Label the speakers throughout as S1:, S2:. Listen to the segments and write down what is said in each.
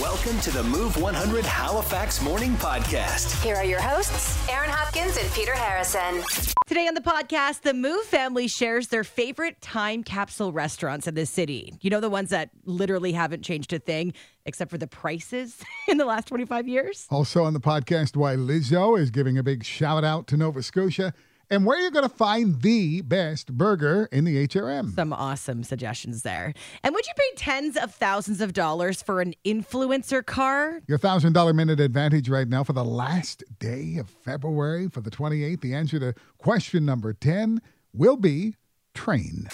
S1: Welcome to the Move 100 Halifax Morning Podcast.
S2: Here are your hosts, Aaron Hopkins and Peter Harrison.
S3: Today on the podcast, the Move family shares their favorite time capsule restaurants in the city. You know, the ones that literally haven't changed a thing except for the prices in the last 25 years?
S4: Also on the podcast, why Lizzo is giving a big shout out to Nova Scotia and where you're going to find the best burger in the HRM.
S3: Some awesome suggestions there. And would you pay tens of thousands of dollars for an influencer car?
S4: Your $1,000 minute advantage right now for the last day of February for the 28th. The answer to question number 10 will be train.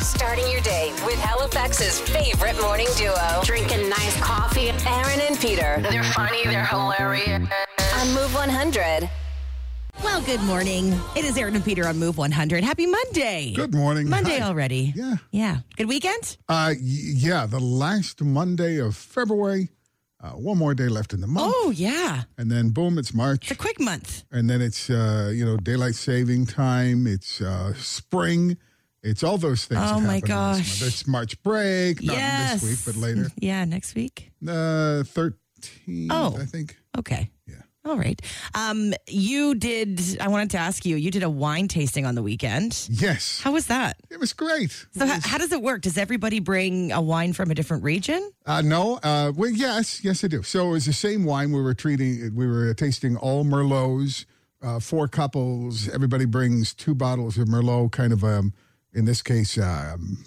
S2: Starting your day with Halifax's favorite morning duo. Drinking nice coffee. Aaron and Peter
S5: They're funny, they're hilarious.
S2: on Move 100.
S3: Well, good morning. It is Aaron and Peter on Move 100. Happy Monday.
S4: Good morning.
S3: Monday
S4: Hi.
S3: already.
S4: Yeah.
S3: Yeah. Good weekend?
S4: Uh, y- yeah, the last Monday of February. Uh, one more day left in the month.
S3: Oh, yeah.
S4: And then boom, it's March.
S3: It's a quick month.
S4: and then it's uh, you know daylight saving time. It's uh, spring. It's all those things.
S3: Oh,
S4: that
S3: my
S4: happen in this
S3: gosh.
S4: month. It's March break. Not
S3: yes.
S4: this week, but later.
S3: Yeah, next week.
S4: The thirteenth,
S3: Oh.
S4: I think.
S3: Okay.
S4: Yeah.
S3: All right. Um, you did. I wanted to ask you. You did a wine tasting on the weekend.
S4: Yes,
S3: How was that?
S4: it was great.
S3: So, how, how does it work? Does everybody bring a wine from a different region?
S4: Uh, no, uh, well, yes, yes, I do. So it was the same wine we were treating. We were tasting all merlots. Uh, four couples. Everybody brings two bottles of merlot. Kind of um, in this case, um,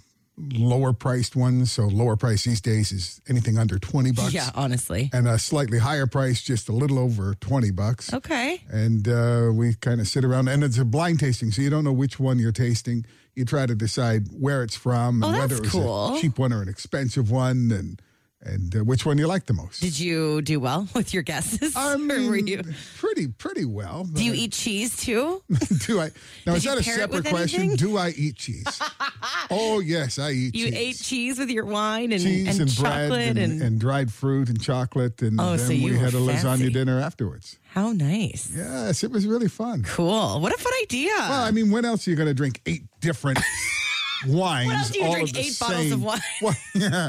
S4: lower priced ones. So lower price these days is anything under twenty bucks.
S3: Yeah, honestly.
S4: and a slightly higher price, just a little over 20 bucks.
S3: Okay.
S4: And uh, we kind of sit around, and it's a blind tasting, so you don't know which one you're tasting. You try to decide where it's from
S3: Oh,
S4: and
S3: that's
S4: whether it's
S3: cool.
S4: a cheap one or an expensive one, and and uh, which one you like the most.
S3: Did you do well with your guesses?
S4: I
S3: Or
S4: mean,
S3: were you?
S4: pretty pretty well.
S3: Do you eat cheese too?
S4: do I? Now
S3: Did
S4: is
S3: you
S4: that a
S3: pair it with
S4: separate question?
S3: anything?
S4: Do I eat cheese? oh yes, I eat.
S3: You
S4: cheese.
S3: ate cheese with your wine and,
S4: cheese
S3: and,
S4: and, bread
S3: chocolate
S4: and, and dried fruit and chocolate, and
S3: Oh,
S4: then
S3: so you
S4: we had a
S3: were fancy.
S4: lasagna dinner afterwards.
S3: how nice.
S4: Yes, it was really fun.
S3: Cool. What a fun idea.
S4: Well, I mean, when else are you going to drink eight different wines?
S3: When else do you
S4: all
S3: drink
S4: of the
S3: eight bottles of
S4: same-
S3: wine?
S4: Well, yeah.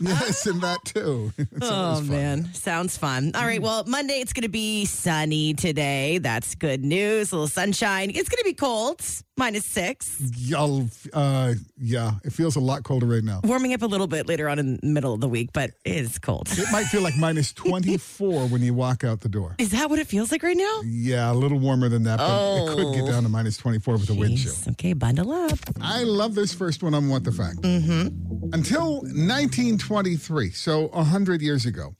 S4: yes, and that too. So it was
S3: Oh
S4: fun. Mm.
S3: man, sounds fun. All right, well, Monday it's going to be sunny today. That's good news. A little sunshine. It's going to be cold, minus
S4: Mm.
S3: six.
S4: Y'all, uh, yeah, it feels a lot colder right now.
S3: Warming up a little bit later on in the middle of the week, but it is cold.
S4: It might feel like minus 24 when you walk out the door.
S3: Is that what it feels like right now?
S4: Yeah, a little warmer than that, but it could
S3: Oh.
S4: get down to minus 24 with the wind chill.
S3: Jeez. Okay, bundle up.
S4: I love this first one on What the Fact. Mm-hmm. Until 1923, so 100 years ago,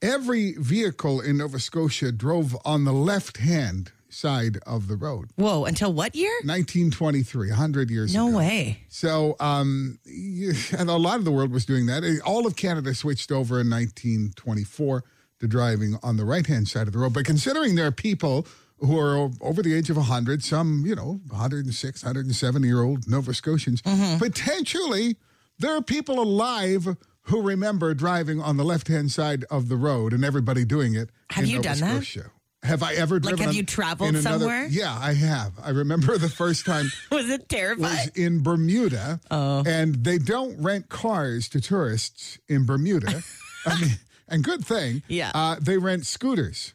S4: every vehicle in Nova Scotia drove on the left hand side of the road.
S3: Whoa, until what year?
S4: 1923, 100 years
S3: No
S4: ago.
S3: way.
S4: So, um, you, and a lot of the world was doing that. Eh, All of Canada switched over in 1924 to driving on the right hand side of the road. But considering there are people who are o- over the age of 100, some, you know, 106, 107 year old Nova Scotians,
S3: Mm-hmm.
S4: potentially there are people alive who remember driving on the left hand side of the road and everybody doing it.
S3: Have
S4: in
S3: you
S4: Nova
S3: done that?
S4: Scotia. Have I ever driven?
S3: have
S4: on-
S3: you traveled
S4: in another-
S3: somewhere?
S4: Yeah, I have. I remember the first time
S3: Was it
S4: was
S3: terrifying?
S4: in Bermuda,
S3: Oh.
S4: and they don't rent cars to tourists in Bermuda. I mean, and good thing.
S3: Yeah.
S4: Uh, they rent scooters.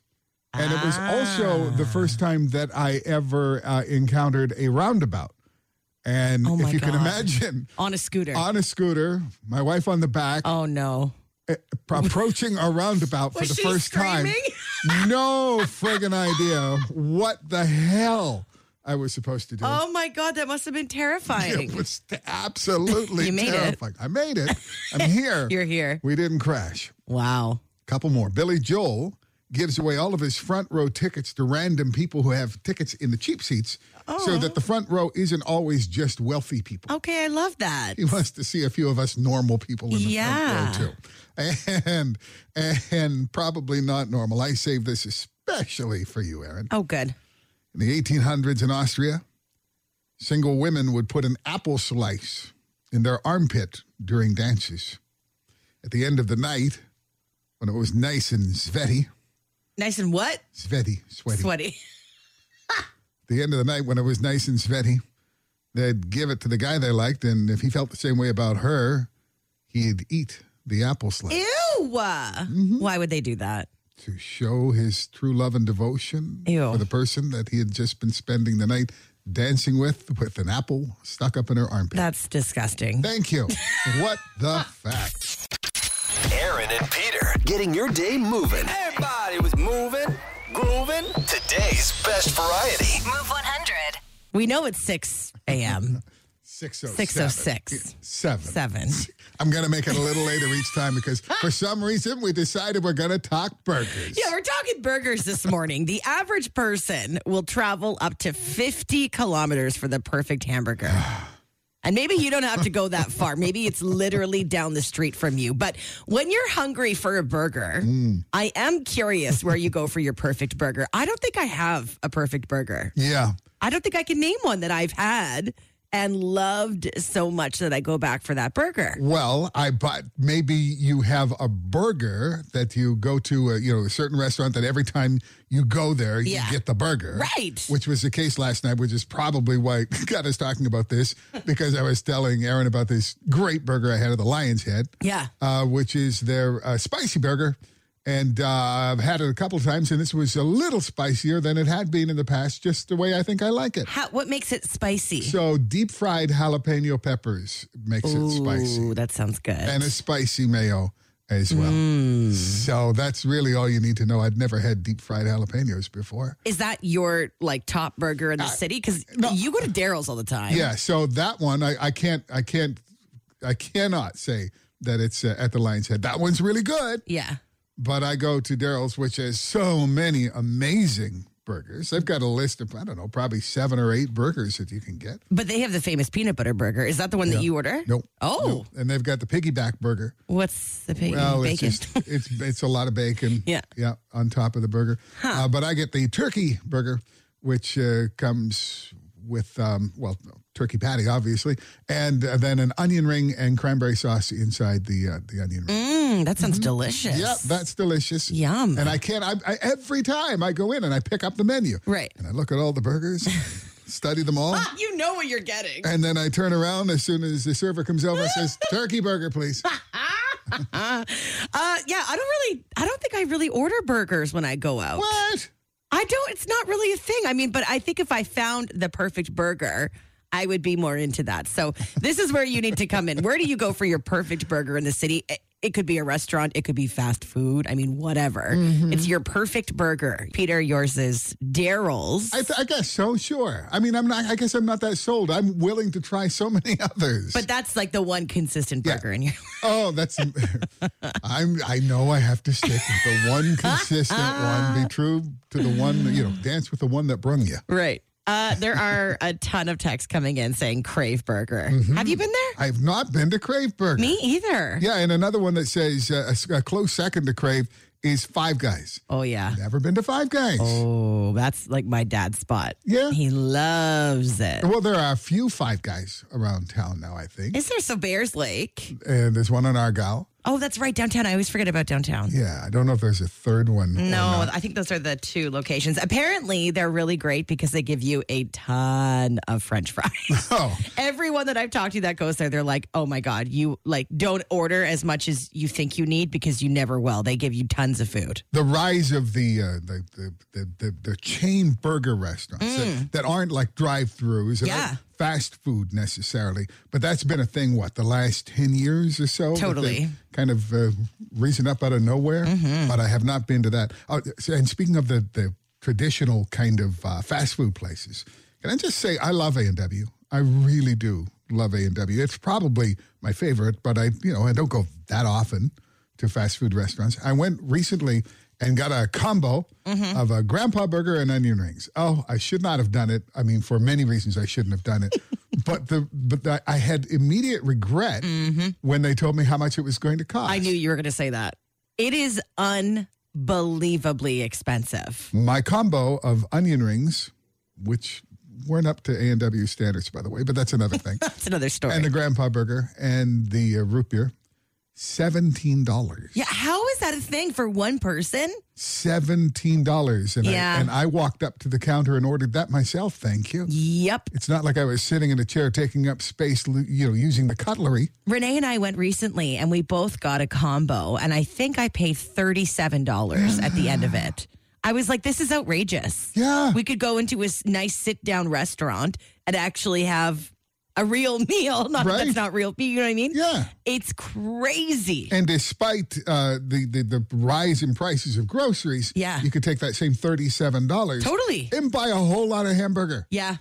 S4: And it was also
S3: Ah.
S4: the first time that I ever uh, encountered a roundabout. And
S3: Oh, my
S4: if you
S3: God.
S4: can imagine,
S3: On a scooter.
S4: on a scooter, my wife on the back,
S3: oh no.
S4: approaching a roundabout for
S3: Was
S4: the
S3: she
S4: first time. No friggin' idea what the hell I was supposed to do.
S3: Oh my god, that must have been terrifying.
S4: It was t- absolutely
S3: You made it.
S4: terrifying. I made it. I'm here.
S3: You're here.
S4: We didn't crash.
S3: Wow.
S4: Couple more. Billy Joel gives away all of his front row tickets to random people who have tickets in the cheap seats so that the front row isn't always just wealthy people.
S3: Okay, I love that.
S4: He wants to see a few of us normal people in the
S3: Yeah.
S4: front row too. And and probably not normal. I saved this especially for you, Aaron.
S3: Oh good.
S4: In the 1800s in Austria, single women would put an apple slice in their armpit during dances. At the end of the night, when it was nice and sweaty,
S3: Nice and what?
S4: sweaty, sweaty.
S3: Sweaty.
S4: At the end of the night, when it was nice and sweaty, they'd give it to the guy they liked, and if he felt the same way about her, he'd eat the apple slice
S3: Ew. Why would they do that?
S4: to show his true love and devotion
S3: Ew.
S4: for the person that he had just been spending the night dancing with, with an apple stuck up in her armpit.
S3: That's disgusting.
S4: Thank you. what the fact?
S1: Aaron and Peter getting your day moving. Everybody was moving, grooving. Today's best variety.
S2: Move 100.
S3: We know it's 6 a.m.
S4: 607.
S3: 606.
S4: Seven.
S3: 7.
S4: I'm going to make it a little later each time because for some reason we decided we're going to talk burgers.
S3: Yeah, we're talking burgers this morning. The average person will travel up to 50 kilometers for the perfect hamburger. And maybe you don't have to go that far. Maybe it's literally down the street from you. But when you're hungry for a burger, I am curious where you go for your perfect burger. I don't think I have a perfect burger.
S4: Yeah.
S3: I don't think I can name one that I've had and loved so much that I go back for that burger.
S4: Well, I but maybe you have a burger that you go to, a, you know, a certain restaurant that every time you go there, you
S3: Yeah.
S4: get the burger.
S3: Right.
S4: Which was the case last night, which is probably why got us talking about this because I was telling Aaron about this great burger I had at the Lion's Head.
S3: Yeah.
S4: Uh, which is their uh, spicy burger. And uh, I've had it a couple times, and this was a little spicier than it had been in the past, just the way I think I like it.
S3: How, what makes it spicy?
S4: So, deep fried jalapeno peppers makes it spicy
S3: Ooh, that sounds good.
S4: and a spicy mayo as well. So that's really all you need to know. I'd never had deep fried jalapenos before.
S3: Is that your like top burger in the city? Because you go to Daryl's all the time.
S4: Uh, Yeah, so that one I, I can't I can't I cannot say that it's uh, at the Lion's Head. That one's really good,
S3: Yeah.
S4: but I go to Daryl's, which has so many amazing burgers. They've got a list of I don't know, probably seven or eight burgers that you can get.
S3: But they have the famous peanut butter burger. Is that the one that you order?
S4: Nope.
S3: Oh,
S4: Nope. and they've got the piggyback burger.
S3: what's the pa-
S4: Well,
S3: bacon?
S4: it's just it's it's a lot of bacon.
S3: Yeah.
S4: yeah, on top of the burger. Uh, but I get the turkey burger, which uh, comes with um, well, turkey patty, obviously, and uh, then an onion ring and cranberry sauce inside the uh, the onion ring.
S3: Mm, that
S4: Mm-hmm.
S3: sounds delicious.
S4: Yeah, that's delicious.
S3: Yum.
S4: And I can't. I, I, every time I go in and I pick up the menu,
S3: Right. Ah!
S4: and I look at all the burgers, study them all.
S3: you know what you're getting.
S4: And then I turn around as soon as the server comes over and says, "Turkey burger, please."
S3: Ah! Uh, yeah, I don't really. I don't think I really order burgers when I go out.
S4: what?
S3: I don't. It's not really a thing. I mean, but I think if I found the perfect burger. I would be more into that. So, this is where you need to come in. Where do you go for your perfect burger in the city? It, it could be a restaurant, it could be fast food. I mean, whatever.
S4: Mm-hmm.
S3: It's your perfect burger. Peter, yours is Daryl's.
S4: I, th- I guess so. Sure. I mean, I'm not. I guess I'm not that sold. I'm willing to try so many others.
S3: but that's like the one consistent
S4: Yeah.
S3: burger in your
S4: oh, that's. I'm. I know I have to stick with the one
S3: Ah,
S4: consistent one. Be true to the one. that, You know, dance with the one that brung you.
S3: Right. Uh, there are a ton of texts coming in saying Crave Burger. Have you been there?
S4: I've not been to Crave Burger.
S3: Me either.
S4: Mm-hmm. Yeah, and another one that says uh, a s- a, close second to Crave is Five Guys.
S3: Oh, yeah.
S4: Never been to Five Guys.
S3: Oh, that's like my dad's spot.
S4: Yeah.
S3: He loves it.
S4: Well, there are a few Five Guys around town now. I think,
S3: Is there so Bears Lake?
S4: and there's one in Argyle.
S3: Oh, that's right, downtown. I always forget about downtown.
S4: Yeah, I don't know if there's a third one. or
S3: No,
S4: not.
S3: I think those are the two locations. Apparently, they're really great because they give you a ton of french fries.
S4: Oh.
S3: Everyone that I've talked to that goes there, they're like, "Oh my god, you like don't order as much as you think you need because you never will. They give you tons of food."
S4: the rise of the uh, the, the, the the the chain burger restaurants that, that aren't like drive-throughs, that
S3: Mm. Yeah.
S4: aren't fast food necessarily, but that's been a thing. What the last ten years or so, that
S3: Totally. Mm-hmm.
S4: they've kind of uh, risen up out of nowhere. But I have not been to that. Oh, so- and speaking of the the traditional kind of uh, fast food places, can I just say I love A and W. I really do love A and W. It's probably my favorite, but I you know I don't go that often to fast food restaurants. I went recently and got a combo
S3: Mm-hmm.
S4: of a grandpa burger and onion rings. Oh, I should not have done it. I mean, for many reasons, I shouldn't have done it. but the but the, I had immediate regret when they told me how much it was going to cost.
S3: Mm-hmm. I knew you were going to say that. It is unbelievably expensive.
S4: my combo of onion rings, which weren't up to A and W standards, by the way, but that's another thing.
S3: That's another story.
S4: and the grandpa burger and the uh, root beer, $17.
S3: Yeah, how is that a thing for one person?
S4: $17. And,
S3: Yeah.
S4: I, and I walked up to the counter and ordered that myself. Thank you.
S3: Yep.
S4: It's not like I was sitting in a chair taking up space, l- you know, using the cutlery.
S3: Renee and I went recently and we both got a combo and I think I paid $37 at the end of it. I was like this is outrageous.
S4: Yeah.
S3: We could go into a s- nice sit-down restaurant and actually have a real meal. Not that
S4: Right.
S3: that's not real, but you know what I mean?
S4: Yeah.
S3: It's crazy.
S4: And despite uh, the, the the rise in prices of groceries,
S3: Yeah.
S4: you could take that same thirty-seven dollars
S3: Totally.
S4: and buy a whole lot of hamburger.
S3: Yeah.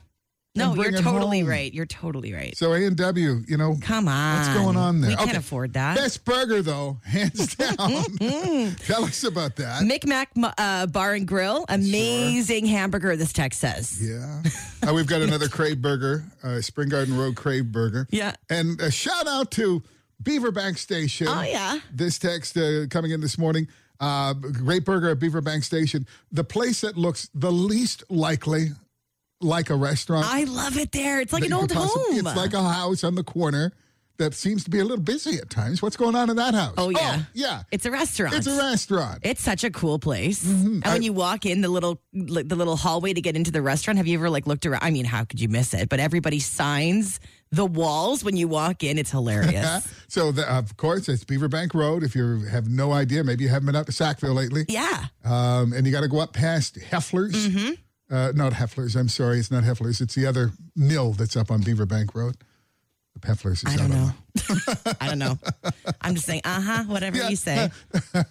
S3: No,
S4: bring
S3: you're
S4: it
S3: totally
S4: home.
S3: right. You're totally right.
S4: So A and W, you know,
S3: Come on.
S4: what's going on there?
S3: We can't
S4: Okay.
S3: afford that.
S4: Best burger though, hands
S3: Mm-hmm.
S4: down. Tell us about that.
S3: Micmac uh, Bar and Grill, amazing hamburger. This text says.
S4: Yeah. Uh, we've got another Crave Burger, uh, Spring Garden Road Crave Burger.
S3: Yeah.
S4: And a shout out to Beaverbank Station.
S3: Oh, yeah.
S4: This text uh, coming in this morning. Uh, great burger at Beaverbank Station. The place that looks the least likely like a restaurant.
S3: I love it there. It's like
S4: that
S3: an
S4: you
S3: old
S4: could possi-
S3: home.
S4: It's like a house on the corner that seems to be a little busy at times. What's going on in that house?
S3: Oh, yeah.
S4: yeah.
S3: It's a restaurant.
S4: It's a restaurant.
S3: It's such a cool place. And when you walk in the little like, the little hallway to get into the restaurant, have you ever like looked around? I mean, how could you miss it? But everybody signs the walls when you walk in. It's hilarious.
S4: So, the, of course, it's Beaverbank Road. If you have no idea, maybe you haven't been out to Sackville lately.
S3: yeah.
S4: Um, and you got to go up past Heffler's.
S3: Mm-hmm.
S4: Uh, not Heffler's. I'm sorry. It's not Heffler's. It's the other mill that's up on Beaverbank Road. Heffler's is
S3: I
S4: out
S3: don't
S4: on
S3: know. I don't know. I'm just saying, uh huh, whatever you say.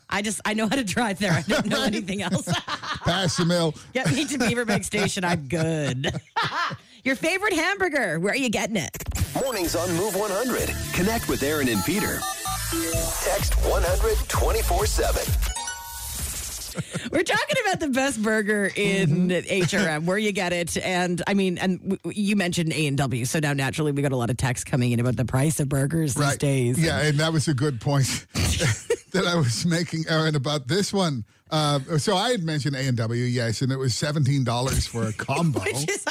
S3: I just, I know how to drive there. I don't know anything else.
S4: the- past the mill.
S3: Get me to Beaverbank Station. I'm good. Your favorite hamburger. Where are you getting it?
S1: Mornings on Move 100. Connect with Aaron and Peter. Text 100 24 7.
S3: We're talking about the best burger in HRM, where you get it, and I mean, and w- w- you mentioned A and W, so now naturally we got a lot of texts coming in about the price of burgers these days.
S4: Yeah, and that was a good point that I was making, Aaron, about this one. Uh, so I had mentioned A and W, yes, and it was seventeen dollars for a combo.
S3: which is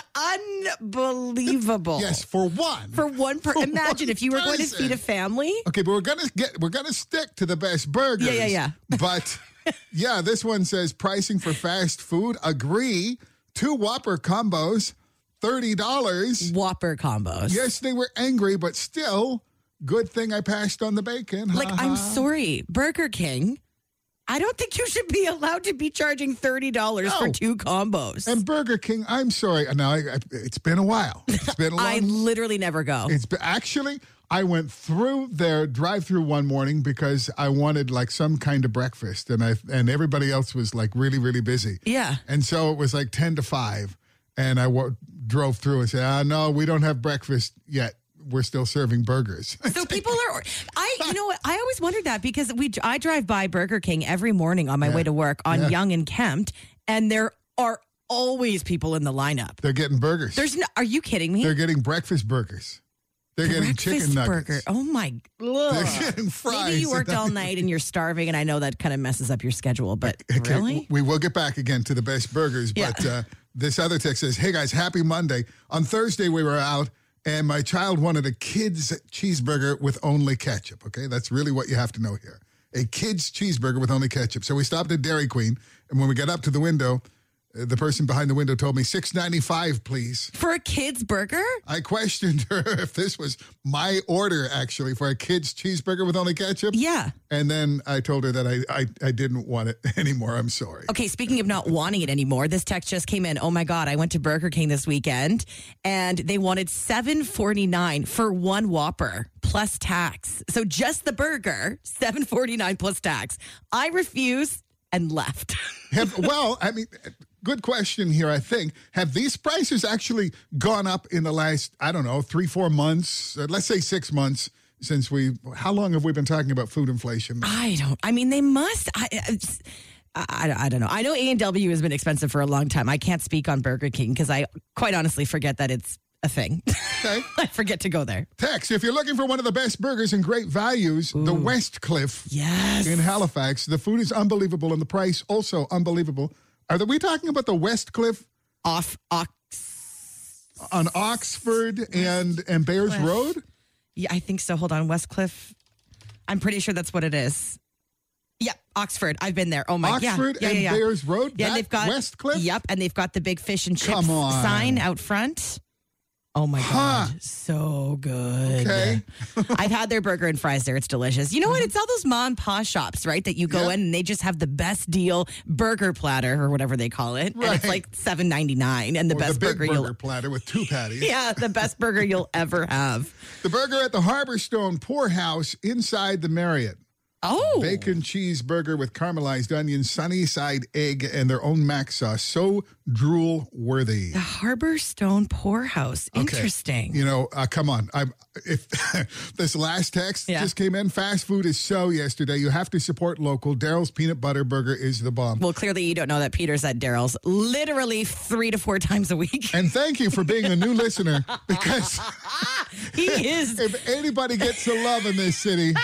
S3: unbelievable.
S4: yes, for one.
S3: for one person. Imagine if you were going to
S4: person.
S3: feed a family.
S4: Okay, but we're gonna get we're gonna stick to the best burgers.
S3: Yeah, yeah,
S4: But yeah, this one says pricing for fast food. Agree. Two Whopper combos, thirty dollars.
S3: Whopper combos.
S4: Yes, they were angry, but still, good thing I passed on the bacon.
S3: Like,
S4: Ha,
S3: I'm
S4: ha.
S3: sorry, Burger King. I don't think you should be allowed to be charging thirty dollars for
S4: No.
S3: two combos.
S4: And Burger King, I'm sorry. Uh, Now I, I, it's been a while. It's been a long.
S3: I literally never go.
S4: It's been, actually I went through their drive-through one morning because I wanted like some kind of breakfast, and I and everybody else was like really really busy.
S3: Yeah.
S4: And so it was like 10 to 5. And I wa- drove through and said, ah, no, we don't have breakfast yet. We're still serving burgers.
S3: So people are, I you know what I always wondered that because we I drive by Burger King every morning on my way to work on
S4: Yeah.
S3: Young and Kempt, and there are always people in the lineup.
S4: They're getting burgers.
S3: There's no, are you kidding me?
S4: They're getting breakfast burgers. They're getting chicken nuggets.
S3: burger. Oh my!
S4: They're
S3: Ugh.
S4: getting fries.
S3: Maybe you worked all night and you're starving, and I know that kind of messes up your schedule. But
S4: Okay,
S3: really,
S4: We will get back again to the best burgers,
S3: Yeah.
S4: but uh, this other text says, "Hey guys, happy Monday. On Thursday we were out and my child wanted a kids cheeseburger with only ketchup, okay? That's really what you have to know here. A kids cheeseburger with only ketchup. So we stopped at Dairy Queen and when we got up to the window, uh, the person behind the window told me 6.95 please.
S3: for a kid's burger,
S4: I questioned her if this was my order actually for a kids cheeseburger with only ketchup.
S3: yeah.
S4: And then I told her that I, I, I didn't want it anymore. I'm sorry.
S3: Okay, speaking of not wanting it anymore, this text just came in. Oh my god, I went to Burger King this weekend and they wanted 7.49 for one Whopper plus tax. So just the burger, 7.49 plus tax. I refused and left.
S4: Have, well, I mean, good question here. I think have these prices actually gone up in the last I don't know three, four months? Uh, let's say six months since we. How long have we been talking about food inflation?
S3: I don't I mean they must I I, I, I don't know. I know A&W has been expensive for a long time. I can't speak on Burger King cuz I quite honestly forget that it's a thing.
S4: Okay.
S3: I forget to go there.
S4: Text if you're looking for one of the best burgers and great values, the West Cliff
S3: Yes.
S4: in Halifax. The food is unbelievable and the price also unbelievable. Are we talking about the West Cliff
S3: Off ox
S4: on Oxford and and Bears Road?
S3: Yeah, I think so. Hold on, Westcliff. I'm pretty sure that's what it is. Yep, Oxford. I've been there. Oh my yeah.
S4: Oxford
S3: yeah,
S4: and
S3: yeah, yeah.
S4: Bears Road.
S3: Yeah,
S4: that
S3: they've got
S4: Westcliff.
S3: Yep, and they've got the big fish and chips
S4: Come on.
S3: sign out front. Oh my
S4: Huh.
S3: god, so good.
S4: Okay. Mm-hmm.
S3: I've had their burger and fries there. It's delicious. You know what? It's all those mom and pa shops, right? That you go
S4: Yeah.
S3: in and they just have the best deal burger platter or whatever they call it, and it's
S4: Right.
S3: like seven ninety nine, and the
S4: Or
S3: best
S4: the big burger,
S3: burger you'll
S4: platter with two patties.
S3: yeah, the best burger you'll ever have.
S4: The burger at the Harborstone Poorhouse inside the Marriott.
S3: Oh,
S4: Bacon cheeseburger with caramelized onion, sunny side egg, and their own mac sauce. So drool worthy.
S3: the Harbor Stone Poorhouse.
S4: Okay.
S3: Ah, Interesting.
S4: You know, uh, come on. I'm, if this last text
S3: Yeah.
S4: just came in, fast food is so yesterday. You have to support local. Daryl's peanut butter burger is the bomb.
S3: Well, clearly you don't know that Peter's at Daryl's literally three to four times a week.
S4: and thank you for being a new listener because
S3: He is.
S4: if anybody gets the love in this city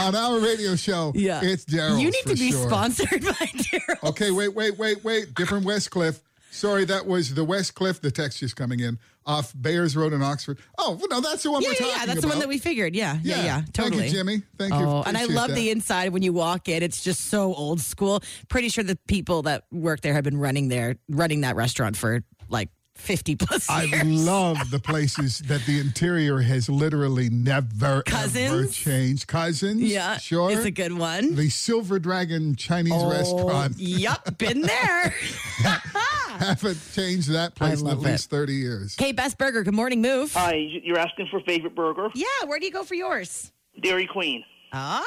S4: on our radio show,
S3: Yeah.
S4: it's Daryl.
S3: You need to be
S4: sure.
S3: sponsored by Daryl.
S4: Okay, wait, wait, wait, wait. Different Westcliff. Sorry, that was the Westcliff. The text is coming in off Bayers Road in Oxford. Oh, no, that's the one
S3: Yeah,
S4: we're
S3: yeah,
S4: talking
S3: yeah, that's
S4: about.
S3: the one that we figured. Yeah, yeah, yeah, totally.
S4: Thank you, Jimmy. Thank you.
S3: Oh, and I
S4: Appreciate
S3: love
S4: that.
S3: the inside when you walk in. It's just so old school. Pretty sure the people that work there have been running there, running that restaurant for like fifty plus years.
S4: I love the places that the interior has literally never ever
S3: Cousins?
S4: changed. Cousins,
S3: yeah,
S4: sure.
S3: it's a good Oh, one.
S4: the Silver Dragon Chinese restaurant
S3: Yep, been there.
S4: haven't changed that place in at
S3: love
S4: least thirty years.
S3: Okay, Best Burger. Good morning, move.
S4: Uh,
S6: Hi, you're asking for favorite burger?
S3: yeah, where do you go for yours?
S6: Dairy Queen.
S3: Oh,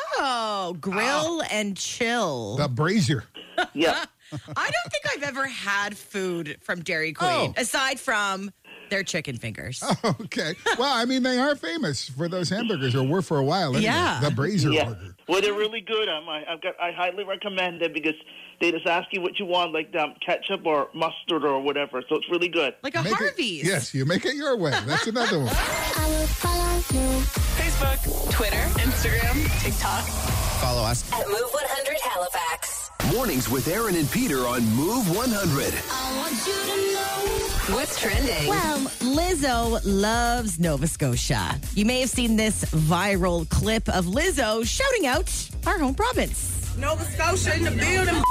S4: Ah.
S3: grill and chill.
S4: The Brazier.
S6: Yeah.
S3: I don't think I've ever had food from Dairy Queen
S4: Oh.
S3: aside from their chicken fingers.
S4: Okay. Well, I mean, they are famous for those hamburgers, or were for a while. Anyway.
S3: Yeah.
S4: The Brazier
S6: yeah.
S4: burger.
S6: Well, they're really good. Um, I, I've got. I highly recommend them because they just ask you what you want, like um, ketchup or mustard or whatever. So it's really good.
S3: Like a
S4: Make it-
S3: Harvey's.
S4: yes, you make it your way. That's another one.
S2: Facebook, Twitter, Instagram, TikTok.
S1: Follow us.
S2: At Move 100 Halifax.
S1: Mornings with Aaron and Peter on Move 100.
S2: What's trending?
S3: Well, Lizzo loves Nova Scotia. You may have seen this viral clip of Lizzo shouting out our home province.
S7: Nova Scotia in the building.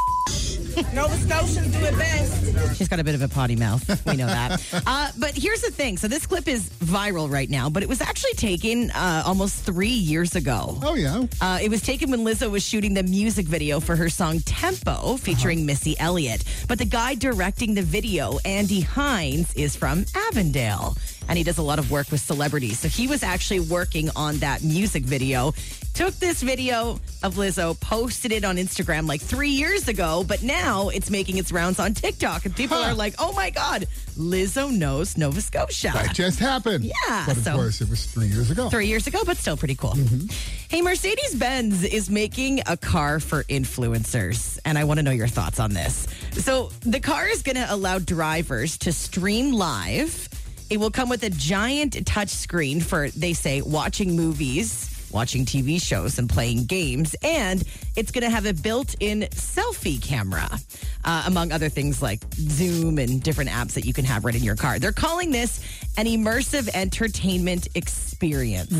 S7: Nova Scotians do it best.
S3: She's got a bit of a potty mouth. We know that. uh, but here's the thing. So this clip is viral right now, but it was actually taken uh, almost three years ago.
S4: Oh yeah.
S3: Uh, it was taken when Lizzo was shooting the music video for her song Tempo featuring Missy Elliott. But the guy directing the video, Andy Hines, is from Avondale and he does a lot of work with celebrities. So he was actually working on that music video. Took this video of Lizzo, posted it on Instagram like three years ago, but now it's making its rounds on TikTok. And people
S4: Huh.
S3: are like, oh my God, Lizzo knows Nova Scotia
S4: That just happened.
S3: Yeah,
S4: But of
S3: so-
S4: course, it was three years ago.
S3: three years ago, but still pretty cool. Hey, Mercedes Benz is making a car for influencers, and I want to know your thoughts on this. So, the car is going to allow drivers to stream live. It will come with a giant touch screen for, they say, watching movies, watching TV shows, and playing games. And it's going to have a built in selfie camera, uh, among other things like Zoom and different apps that you can have right in your car. They're calling this an immersive entertainment experience.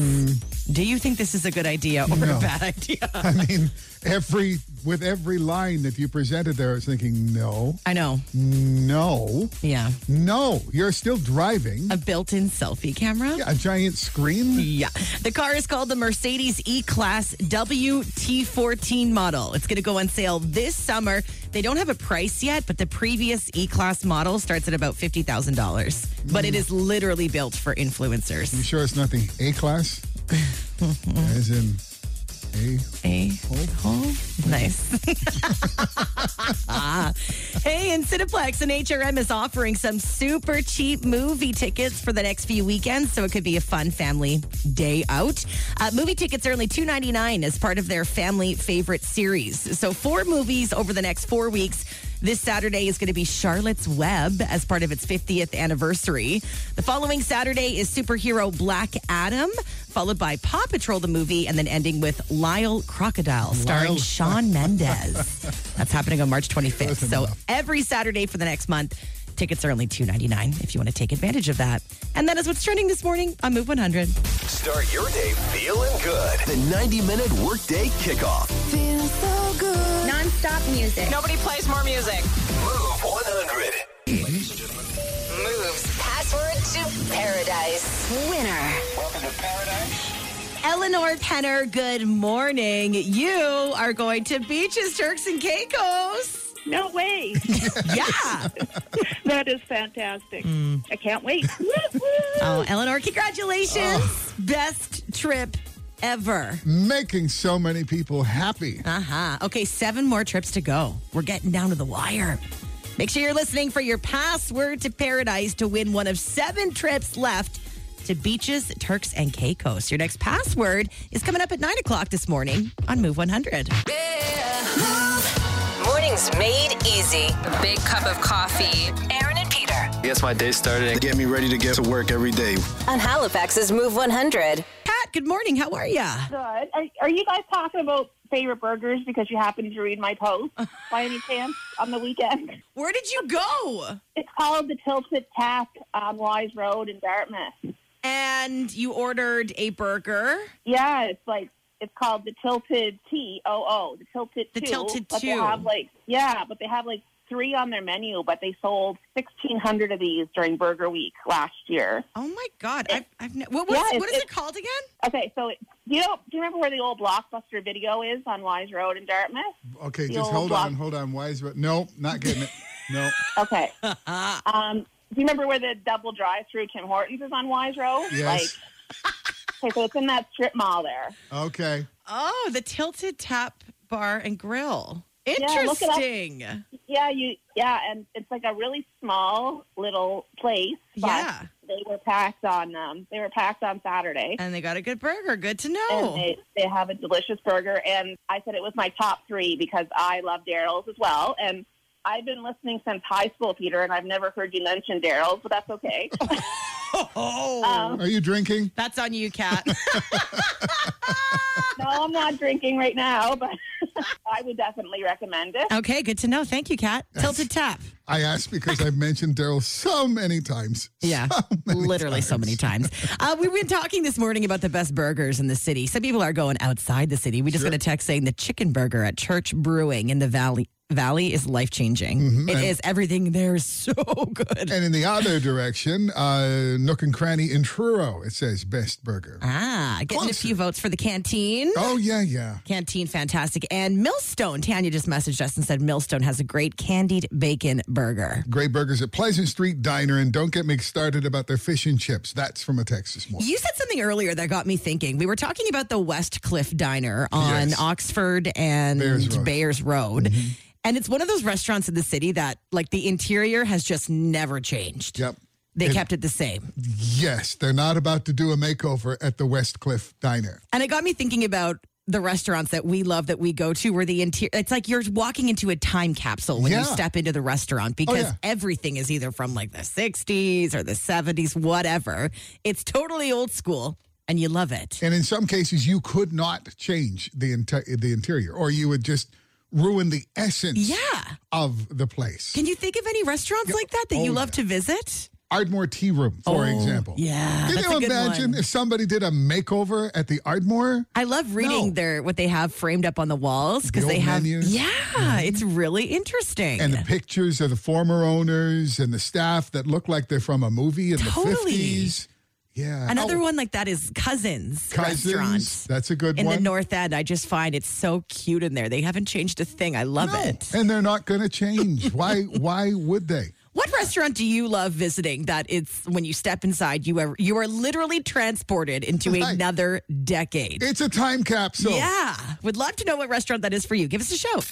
S3: Do you think this is a good idea or
S4: No.
S3: a bad idea?
S4: I mean, every with every line that you presented there, I was thinking, no,
S3: I know.
S4: no,
S3: Yeah.
S4: no. You're still driving
S3: A built in selfie camera?
S4: a giant screen.
S3: Yeah. The car is called the Mercedes E Class WT14 model. It's going to go on sale this summer. They don't have a price yet, but the previous E Class model starts at about $50,000. But it is literally built for
S4: You
S3: influencers.
S4: sure it's nothing A class? As in A.
S3: Hey. Eh? Nice. hey, and Cineplex and HRM is offering some super cheap movie tickets for the next few weekends, so it could be a fun family day out. Uh, movie tickets are only two ninety nine as part of their family favorite series. So four movies over the next four weeks. This Saturday is going to be Charlotte's Web as part of its 50th anniversary. The following Saturday is superhero Black Adam, followed by Paw Patrol the movie, and then ending with Lyle Crocodile, starring
S4: Lyle-
S3: Sean Mendez. That's happening on March 25th.
S4: Close
S3: So
S4: enough.
S3: every Saturday for the next month, Tickets are only $2.99 if you want to take advantage of that. And that is what's trending this morning on Move 100.
S1: Start your day feeling good. The 90 minute workday kickoff.
S8: Non-stop music.
S9: Nobody plays more music.
S1: Move 100.
S2: Moves password to paradise. Winner.
S3: Eleanor Penner, good morning. You are going to Beaches, Turks, and Caicos.
S10: No way.
S3: Yeah.
S10: that is fantastic.
S3: Mm.
S10: I can't wait. Woo, woo.
S3: Oh, Eleanor, congratulations. Best trip ever.
S4: Making so many people happy.
S3: Uh huh. Okay, seven more trips to go. We're getting down to the wire. Make sure you're listening for your password to paradise to win one of seven trips left to beaches, Turks, and Caicos. Your next password is coming up at nine o'clock this morning on Move 100.
S2: Mornings made easy.
S9: A big cup of coffee.
S2: Aaron and Peter
S11: Gets my day started and get me ready to get to work every day.
S2: on Halifax's Move 100.
S3: Pat, good morning. How are ya?
S10: Good. Are, are you guys talking about favorite burgers because you happened to read my post by any chance on the weekend?
S3: Where did you go?
S10: It's called the Tilted Tap on Wise Road in Dartmouth.
S3: And you ordered a burger.
S10: Yeah, it's like it's called the Tilted T O O, the Tilted
S3: The
S10: Two.
S3: Tilted
S10: but They
S3: Two.
S10: have like yeah, but they have like three on their menu, but they sold sixteen hundred of these during Burger Week last year.
S3: Oh my God! I've, I've ne- what was
S10: Yeah,
S3: what
S10: it-
S3: is it,
S10: it-
S3: called again?
S10: Okay, so it, do you know, do you remember where the old Blockbuster video is on Wise Road in Dartmouth?
S4: Okay,
S10: The
S4: just
S10: old
S4: hold
S10: block-
S4: on, hold on. Wise, but no, not getting it. No.
S10: Okay. um, do you remember where the double drive-through Tim Hortons is on Wise Road?
S4: Yes.
S10: Like, okay, so it's in that strip mall there.
S4: Okay.
S3: Oh, the Tilted Tap Bar and Grill.
S10: Yeah, look it up.
S3: Interesting.
S10: Yeah, you. Yeah, and it's like a really small little place. But
S3: Yeah.
S10: they were packed on. Um, they were packed on Saturday,
S3: and they got a good burger. Good to know.
S10: and they they have a delicious burger. And I said it was my top three because I love Daryl's as well. And I've been listening since high school, Peter, and I've never heard you mention Daryl's, but that's okay.
S3: oh,
S10: um,
S4: Are you drinking?
S3: that's on you, Kat.
S10: no, I'm not drinking right now, but I would definitely recommend it.
S3: okay, good to know. Thank you, Kat. Tilted Tap.
S4: I asked because I've mentioned Daryl so many times.
S3: Yeah, literally so many times. Uh, we've been talking this morning about the best burgers in the city. Some people are going outside the city. We just got a text saying the chicken burger at Church Brewing in the Valley Valley is life changing. It is everything there is so good.
S4: And in the other direction, uh, Nook and Cranny in Truro, it says best burger.
S3: Ah, getting a
S4: Closer.
S3: few votes for the canteen.
S4: Oh, yeah, yeah.
S3: Canteen, fantastic. And Millstone, Tanya just messaged us and said Millstone has a great candied bacon burger.
S4: Great burgers at Pleasant Street Diner, and don't get me started about their fish and chips. That's from a Texas morning.
S3: You said something earlier that got me thinking. We were talking about the West Cliff Diner on
S4: Yes.
S3: Oxford and
S4: Bears Road. Mm-hmm.
S3: Bears Road. And it's one of those restaurants in the city that, like, the interior has just never changed.
S4: Yep.
S3: They
S4: And-
S3: kept it the same.
S4: Yes, they're not about to do a makeover at the West Cliff Diner.
S3: And it got me thinking about the restaurants that we love that we go to where the interior it's like you're walking into a time capsule when you
S4: Yeah. Oh,
S3: step into the restaurant because
S4: yeah.
S3: everything is either from like the 60s or the 70s whatever it's totally old school and you love it
S4: And in some cases, you could not change the, inte- the interior, or you would just ruin the essence
S3: yeah
S4: of the place.
S3: Can you think of any restaurants like that that
S4: Oh,
S3: you love to
S4: yeah.
S3: visit?
S4: Ardmore Tea Room, for example.
S3: Oh, yeah,
S4: Can
S3: that's
S4: you
S3: a good
S4: imagine
S3: one.
S4: if somebody did a makeover at the Ardmore?
S3: I love reading
S4: No.
S3: their what they have framed up on the walls because
S4: The
S3: they
S4: old
S3: have
S4: menus. Mm-hmm.
S3: yeah, it's really interesting.
S4: And the pictures of the former owners and the staff that look like they're from a movie in
S3: Totally.
S4: the 50s. Yeah.
S3: Another
S4: Oh,
S3: one like that is Cousins,
S4: Cousins.
S3: Restaurant
S4: That's a good
S3: in
S4: one.
S3: the North End. I just find it's so cute in there. They haven't changed a thing. I love
S4: No,
S3: it.
S4: And they're not going to change. why Why would they?
S3: What restaurant do you love visiting? That it's when you step inside, you are you are literally transported into
S4: Right.
S3: another decade.
S4: It's a time capsule.
S3: yeah, would love to know what restaurant that is for you. Give us a shout.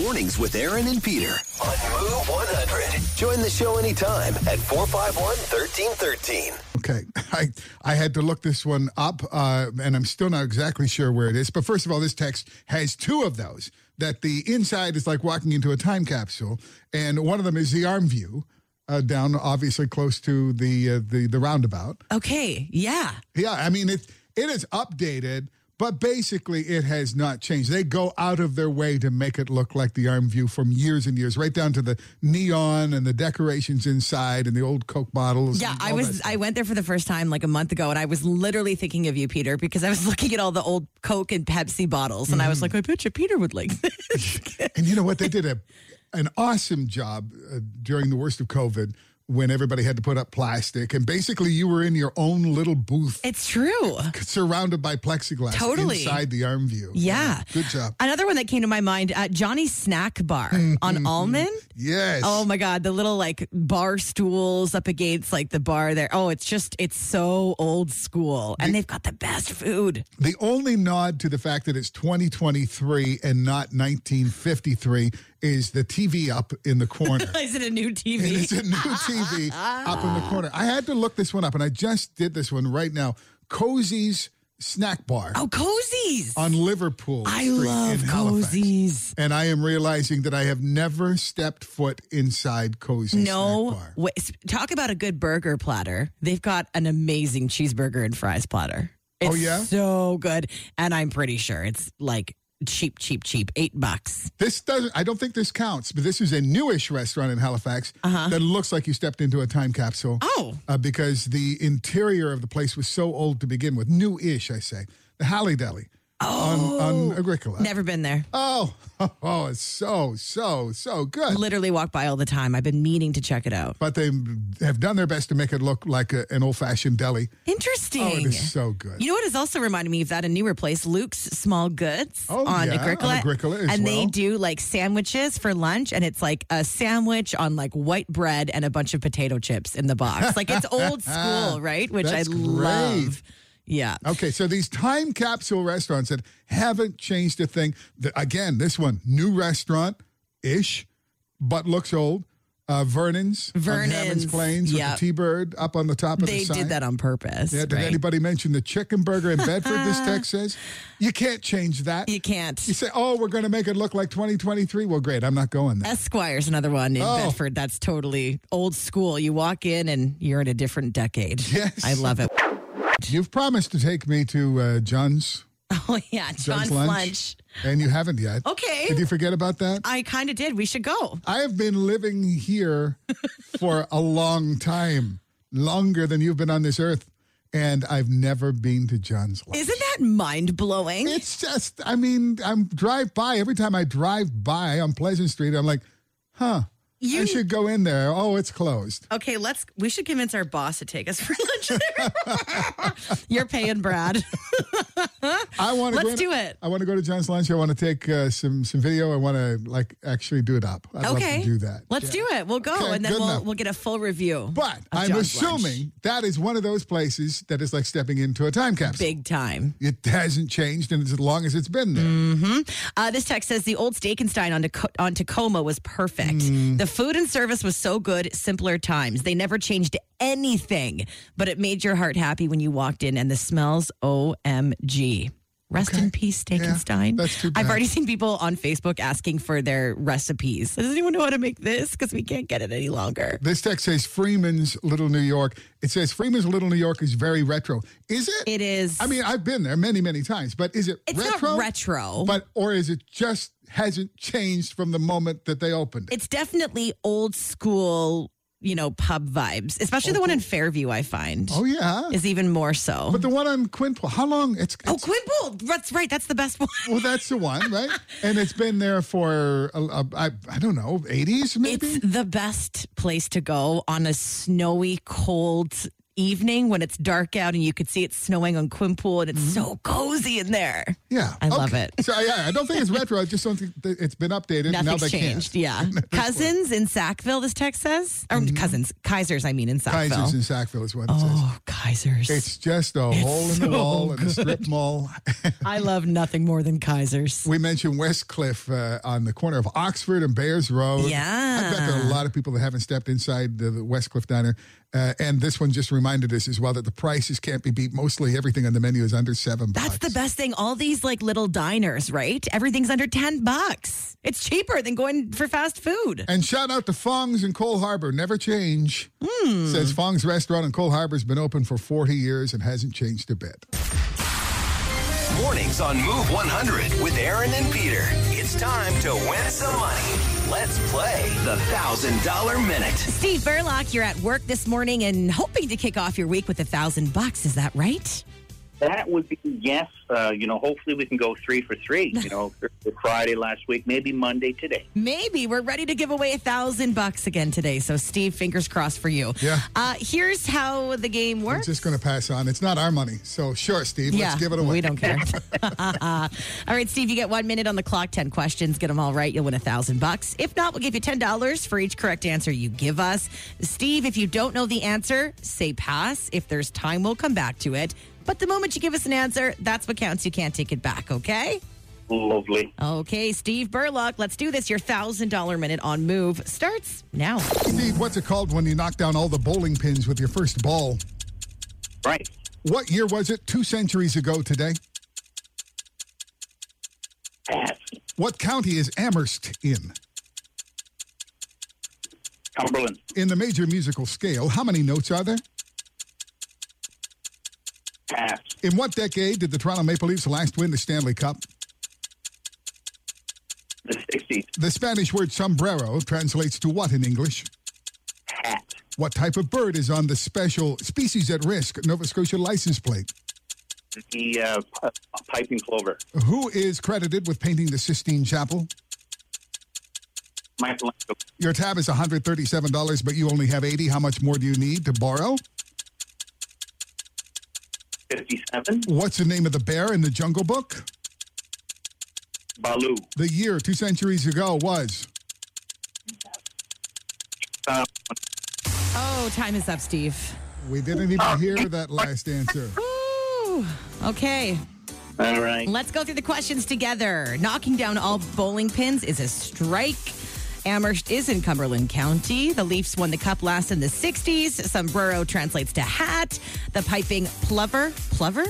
S1: Mornings with Aaron and Peter on Move 100. Join the show anytime at 451 1313.
S4: Okay. I, I had to look this one up, uh, and I'm still not exactly sure where it is. But first of all, this text has two of those that the inside is like walking into a time capsule, and one of them is the arm view. Uh, down, obviously close to the uh, the the roundabout.
S3: Okay, yeah.
S4: Yeah, I mean it. It is updated, But basically, it has not changed. They go out of their way to make it look like the arm view from years and years, right down to the neon and the decorations inside and the old Coke bottles.
S3: Yeah,
S4: and
S3: I
S4: all
S3: was
S4: that.
S3: I went there for the first time like a month ago and I was literally thinking of you, Peter, because I was looking at all the old Coke and Pepsi bottles and I was like, I bet you Peter would like this.
S4: And you know what? They did a an awesome job uh, during the worst of COVID when everybody had to put up plastic, and basically you were in your own little booth.
S3: it's true.
S4: Surrounded by plexiglass
S3: Totally.
S4: inside the arm view.
S3: Yeah.
S4: Good job.
S3: Another one that came to my mind, uh, Johnny Snack Bar on Almond.
S4: Yes.
S3: Oh my God, the little like bar stools up against like the bar there. Oh, it's just, it's so old school. And they've got the best food.
S4: The only nod to the fact that it's 2023 and not 1953 is the TV up in the corner.
S3: Is it a new
S4: And it's
S3: TV?
S4: a new TV up in the corner. I had to look this one up, and I just did this one right now. Cozy's Snack Bar
S3: Oh, cozies.
S4: on Liverpool.
S3: I
S4: Street
S3: love
S4: in Halifax.
S3: cozies.
S4: And I am realizing that I have never stepped foot inside Cozy's
S3: No,
S4: Snack Bar.
S3: way. S- talk about a good burger platter. They've got an amazing cheeseburger and fries platter. It's
S4: Oh, yeah?
S3: so good, and I'm pretty sure it's like cheap, cheap, cheap, eight bucks.
S4: This doesn't. I don't think this counts, but this is a newish restaurant in Halifax that looks like you stepped into a time capsule.
S3: Uh-huh. Oh.
S4: uh, because the interior of the place was so old to begin with, new-ish, I say. The Halley Deli on, on Agricola.
S3: Oh. Never been there.
S4: Oh, oh, it's so so so good.
S3: Literally walk by all the time. I've been meaning to check it out.
S4: But they have done their best to make it look like a, an old-fashioned deli.
S3: Interesting.
S4: Oh, it is so good.
S3: You know what has also reminded me of that? A newer place, Luke's Small Goods
S4: Oh,
S3: on
S4: yeah, on
S3: Agricola.
S4: Agricola as
S3: and
S4: well.
S3: they do like sandwiches for lunch, and it's like a sandwich on like white bread and a bunch of potato chips in the box. Like it's old school, right? Which
S4: That's
S3: I
S4: great.
S3: love. Yeah.
S4: Okay, so these time capsule restaurants that haven't changed a thing. The, again, this one, new restaurant ish, but looks old. Uh, Vernon's, on Hammond's
S3: Vernon's,
S4: Plains
S3: yep.
S4: with the T-bird up on the top of
S3: They
S4: the sign.
S3: did that on purpose.
S4: Yeah, did
S3: right?
S4: anybody mention the chicken burger in Bedford? this text says you can't change that.
S3: You can't.
S4: You say, "Oh, we're going to make it look like 2023." Well, great. I'm not going there.
S3: Esquire's another one in
S4: Oh.
S3: Bedford. That's totally old school. You walk in and you're in a different decade.
S4: Yes.
S3: I love it.
S4: You've promised to take me to uh, John's,
S3: Oh, yeah.
S4: John's
S3: John's
S4: lunch,
S3: lunch.
S4: and you haven't yet.
S3: Okay.
S4: Did you forget about that?
S3: I kind of did. We should go.
S4: I have been living here for a long time, longer than you've been on this earth, and I've never been to John's Lunch.
S3: Isn't that mind blowing?
S4: It's just, I mean, I'm drive by every time I drive by on Pleasant Street. I'm like, huh? I
S3: You-
S4: should go in there. Oh, it's closed.
S3: Okay, let's. We should convince our boss to take us for lunch there. You're paying Brad.
S4: I want to.
S3: Let's do it.
S4: I want to go to John's Lunch. I want to take uh, some some video. I want to like actually do it up. I'd love
S3: Okay,
S4: to do that.
S3: Let's
S4: Yeah.
S3: do it. We'll go,
S4: Okay,
S3: and then
S4: good
S3: we'll
S4: enough.
S3: we'll get a full review.
S4: But
S3: of
S4: I'm
S3: John's lunch.
S4: assuming that is one of those places that is like stepping into a time capsule.
S3: big time.
S4: It hasn't changed in as long as it's been there.
S3: Uh, this text says the old Steakenstein on, Taco- on Tacoma was perfect.
S4: Mm.
S3: The food and service was so good, simpler times. They never changed anything, but it made your heart happy when you walked in and the smells, OMG. Rest in peace, Steakenstein.
S4: that's too bad.
S3: I've already seen people on Facebook asking for their recipes. Does anyone know how to make this? Because we can't get it any longer.
S4: This text says Freeman's Little New York. It says Freeman's Little New York is very retro. Is it?
S3: It is.
S4: I mean, I've been there many, many times, but is it
S3: it's
S4: retro?
S3: not retro.
S4: But or is it just hasn't changed from the moment that they opened? It?
S3: it's definitely old school, you know, pub vibes, especially the one in Fairview, I find.
S4: oh yeah.
S3: is even more so.
S4: but the one on Quinpool, how long? It's,
S3: oh,
S4: it's-
S3: Quimble. That's right. That's the best one.
S4: well, that's the one, right? And it's been there for uh, uh, I, I don't know, eighties maybe.
S3: It's the best place to go on a snowy, cold evening when it's dark out and you could see it snowing on Quimpool and it's
S4: Mm-hmm.
S3: so cozy in there.
S4: yeah,
S3: I love it.
S4: So yeah, I don't think it's retro. I just don't think that it's been updated. now
S3: Nothing's
S4: they
S3: changed.
S4: Can't.
S3: Yeah. cousins in Sackville, this text says. Or cousins, Kaisers, I mean, in Sackville.
S4: Mm-hmm. Kaisers in Sackville is what it says.
S3: oh, Kaisers.
S4: It's just a hole in the
S3: so
S4: wall and a strip mall.
S3: I love nothing more than Kaisers.
S4: we mentioned Westcliff uh, on the corner of Oxford and Bears Road.
S3: Yeah.
S4: I bet there are a lot of people that haven't stepped inside the, the Westcliff Diner. Uh, and this one just reminded us as well that the prices can't be beat. Mostly everything on the menu is under seven
S3: That's
S4: bucks.
S3: the best thing. All these like little diners, right? Everything's under 10 bucks. It's cheaper than going for fast food.
S4: And shout out to Fong's in Cole Harbor. Never change.
S3: Hmm.
S4: Says Fong's Restaurant in Cole Harbor has been open for 40 years and hasn't changed a bit.
S1: Mornings on Move 100 with Aaron and Peter. It's time to win some money. Let's play the $1,000 Minute.
S3: Steve Burlock, you're at work this morning and hoping to kick off your week with a thousand bucks. Is that right?
S8: That would be yes. Uh, you know, hopefully we can go three for three. You know, Friday last week, maybe Monday today.
S3: Maybe we're ready to give away a thousand bucks again today. So, Steve, fingers crossed for you.
S4: Yeah.
S3: Uh, here's how the game
S4: I'm
S3: works.
S4: just going to pass on. It's not our money. So, sure, Steve,
S3: yeah,
S4: let's give it away.
S3: We don't care. all right, Steve, you get one minute on the clock. Ten questions, get them all right, you'll win a thousand bucks. If not, we'll give you ten dollars for each correct answer you give us. Steve, if you don't know the answer, say pass. If there's time, we'll come back to it. But the moment you give us an answer, that's what counts. You can't take it back. Okay.
S8: Lovely.
S3: Okay, Steve Burlock, let's do this. Your $1,000 minute on move starts now.
S4: Steve, what's it called when you knock down all the bowling pins with your first ball?
S8: Right.
S4: What year was it? Two centuries ago today.
S8: Pass.
S4: What county is Amherst in?
S8: Cumberland.
S4: In the major musical scale, how many notes are there?
S8: Pass.
S4: In what decade did the Toronto Maple Leafs last win the Stanley Cup?
S8: The 60s.
S4: The Spanish word sombrero translates to what in English?
S8: Hat.
S4: What type of bird is on the special species at risk Nova Scotia license plate?
S8: The uh, p- piping clover.
S4: Who is credited with painting the Sistine Chapel?
S8: Michelangelo.
S4: Your tab is $137, but you only have 80 How much more do you need to borrow?
S8: 57.
S4: What's the name of the bear in the Jungle Book?
S8: Baloo.
S4: The year two centuries ago was.
S8: Uh,
S3: Oh, time is up, Steve.
S4: We didn't even hear that last answer.
S3: Woo! Okay,
S8: all right.
S3: let's go through the questions together. Knocking down all bowling pins is a strike. Amherst is in Cumberland County. The Leafs won the cup last in the 60s. Sombrero translates to hat. The piping plover, plover?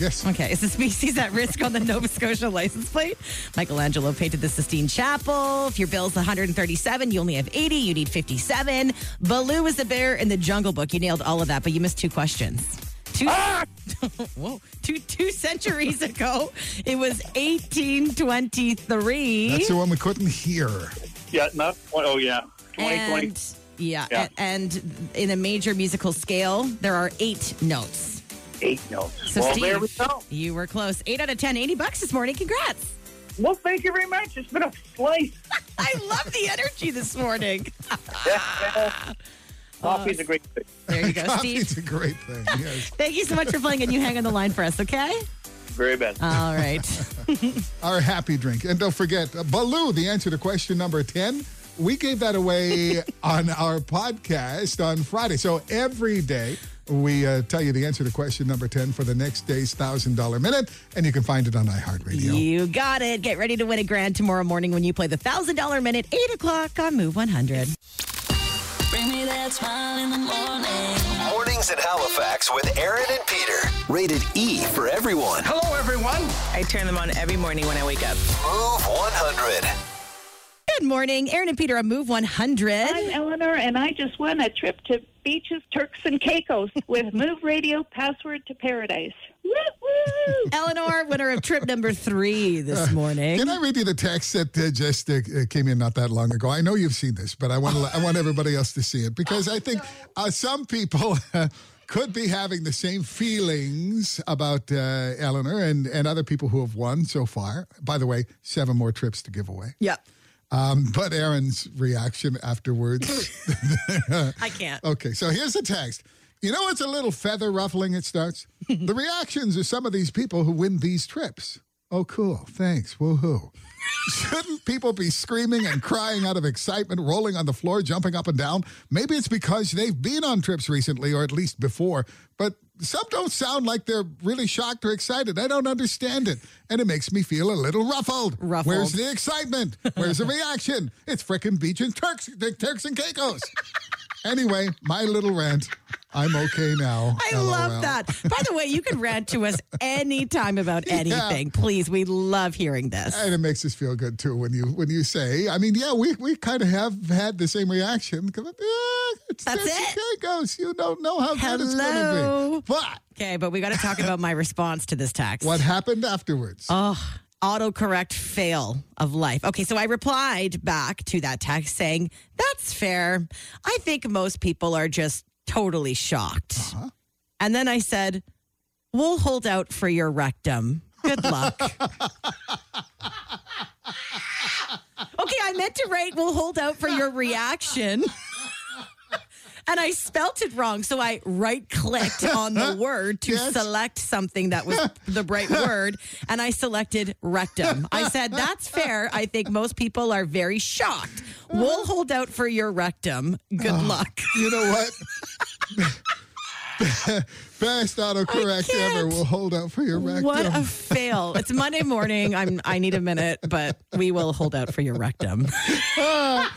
S4: Yes.
S3: Okay, is the species at risk on the Nova Scotia license plate? Michelangelo painted the Sistine Chapel. If your bill's 137, you only have 80. You need 57. Baloo is the bear in the Jungle Book. You nailed all of that, but you missed two questions. Two,
S8: Ah!
S3: whoa, two, two centuries ago, it was 1823.
S4: That's the one we couldn't hear.
S8: Yeah, not. Oh, yeah. 2020.
S3: and, yeah,
S8: Yeah.
S3: a- and in a major musical scale, there are eight notes.
S8: Eight notes.
S3: So,
S8: well,
S3: Steve,
S8: there we go.
S3: you were close. Eight out of 10, 80 bucks this morning. Congrats.
S8: Well, thank you very much. It's been a slice.
S3: I love the energy this morning.
S8: Coffee's a great thing.
S3: There you go,
S4: Coffee's
S3: Steve.
S4: a great thing. Yes.
S3: Thank you so much for playing, and you hang on the line for us, okay?
S8: Very best.
S3: All right.
S4: Our happy drink. And don't forget, uh, Baloo, the answer to question number 10. We gave that away on our podcast on Friday. So every day, we uh, tell you the answer to question number 10 for the next day's $1,000 minute, and you can find it on iHeartRadio.
S3: You got it. Get ready to win a grand tomorrow morning when you play the $1,000 minute, 8 o'clock on Move 100.
S1: Mornings in Halifax with Aaron and Peter. Rated E for everyone.
S7: Hello, everyone.
S9: I turn them on every morning when I wake up.
S1: Move 100.
S3: Good morning. Aaron and Peter on Move 100.
S10: I'm Eleanor, and I just won a trip to beaches, Turks, and Caicos with Move Radio Password to Paradise. Woo woo!
S3: Eleanor, winner of trip number three this morning.
S4: Can I read Uh, you the text that uh, just uh, uh, came in not that long ago? I know you've seen this, but I want to, I want everybody else to see it because I think uh, some people could be having the same feelings about uh, Eleanor and, and other people who have won so far. By the way, seven more trips to give away.
S3: Yep.
S4: Um, but Aaron's reaction afterwards.
S3: I can't.
S4: Okay, so here's the text. You know it's a little feather ruffling? It starts. the reactions of some of these people who win these trips. Oh, cool. Thanks. Woohoo. Shouldn't people be screaming and crying out of excitement, rolling on the floor, jumping up and down? Maybe it's because they've been on trips recently, or at least before, but some don't sound like they're really shocked or excited. I don't understand it. And it makes me feel a little ruffled.
S3: Ruffled.
S4: Where's the excitement? Where's the reaction? It's frickin' beach and Turks, Turks and Caicos. Anyway, my little rant. I'm okay now.
S3: I
S4: LOL.
S3: love that. By the way, you can rant to us anytime about anything. Please, we love hearing this.
S4: And it makes us feel good too when you when you say. I mean, yeah, we we kind of have had the same reaction. 'Cause, eh, It's
S3: That's
S4: Nancy
S3: it?
S4: Caicos. You don't know how good it's going to
S3: Hello.
S4: be. But
S3: Okay, but we got to talk about my response to this text.
S4: what happened afterwards?
S3: Oh, autocorrect fail of life. Okay, so I replied back to that text saying, That's fair. I think most people are just totally shocked. And then I said, We'll hold out for your rectum. Good luck. okay, I meant to write, We'll hold out for your reaction. And I spelt it wrong, so I right clicked on the word to
S4: Yes.
S3: select something that was the right word, and I selected rectum. I said, That's fair. I think most people are very shocked.
S4: Uh-huh.
S3: We'll hold out for your rectum. Good
S4: Ah,
S3: luck.
S4: you know what? Best autocorrect
S3: can't.
S4: ever. We'll hold out for your rectum.
S3: What a fail. It's Monday morning. I'm I need a minute, but we will hold out for your rectum.
S4: I